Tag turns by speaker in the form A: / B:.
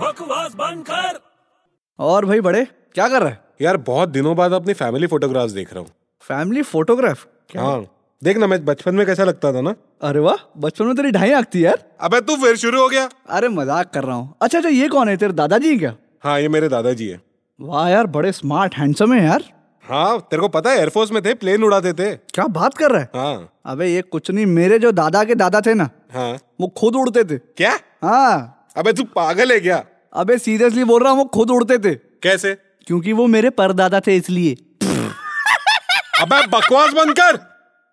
A: बकवास बंद कर
B: और भाई बड़े क्या कर रहा है
C: यार बहुत दिनों बाद अपनी फैमिली फोटोग्राफ्स देख रहा हूँ
B: फैमिली फोटोग्राफ
C: हाँ देख ना मैं बचपन में कैसा लगता था ना
B: अरे वाह बचपन में तेरी ढाई आंख थी यार
C: अबे तू फिर शुरू हो गया
B: अरे मजाक कर रहा हूँ अच्छा अच्छा ये कौन है तेरे दादाजी हैं क्या
C: हाँ ये मेरे दादाजी है
B: वाह यार बड़े स्मार्ट हैंडसम है यार
C: हाँ तेरे को पता है एयरफोर्स में थे प्लेन उड़ाते थे
B: क्या बात कर रहा है
C: हाँ
B: अबे ये कुछ नहीं मेरे जो दादा के दादा थे ना
C: हाँ
B: वो खुद उड़ते थे
C: क्या
B: हाँ
C: अबे तू पागल है क्या
B: अबे सीरियसली बोल रहा हूँ वो खुद उड़ते थे
C: कैसे
B: क्योंकि वो मेरे परदादा थे इसलिए
C: अबे बकवास बंद कर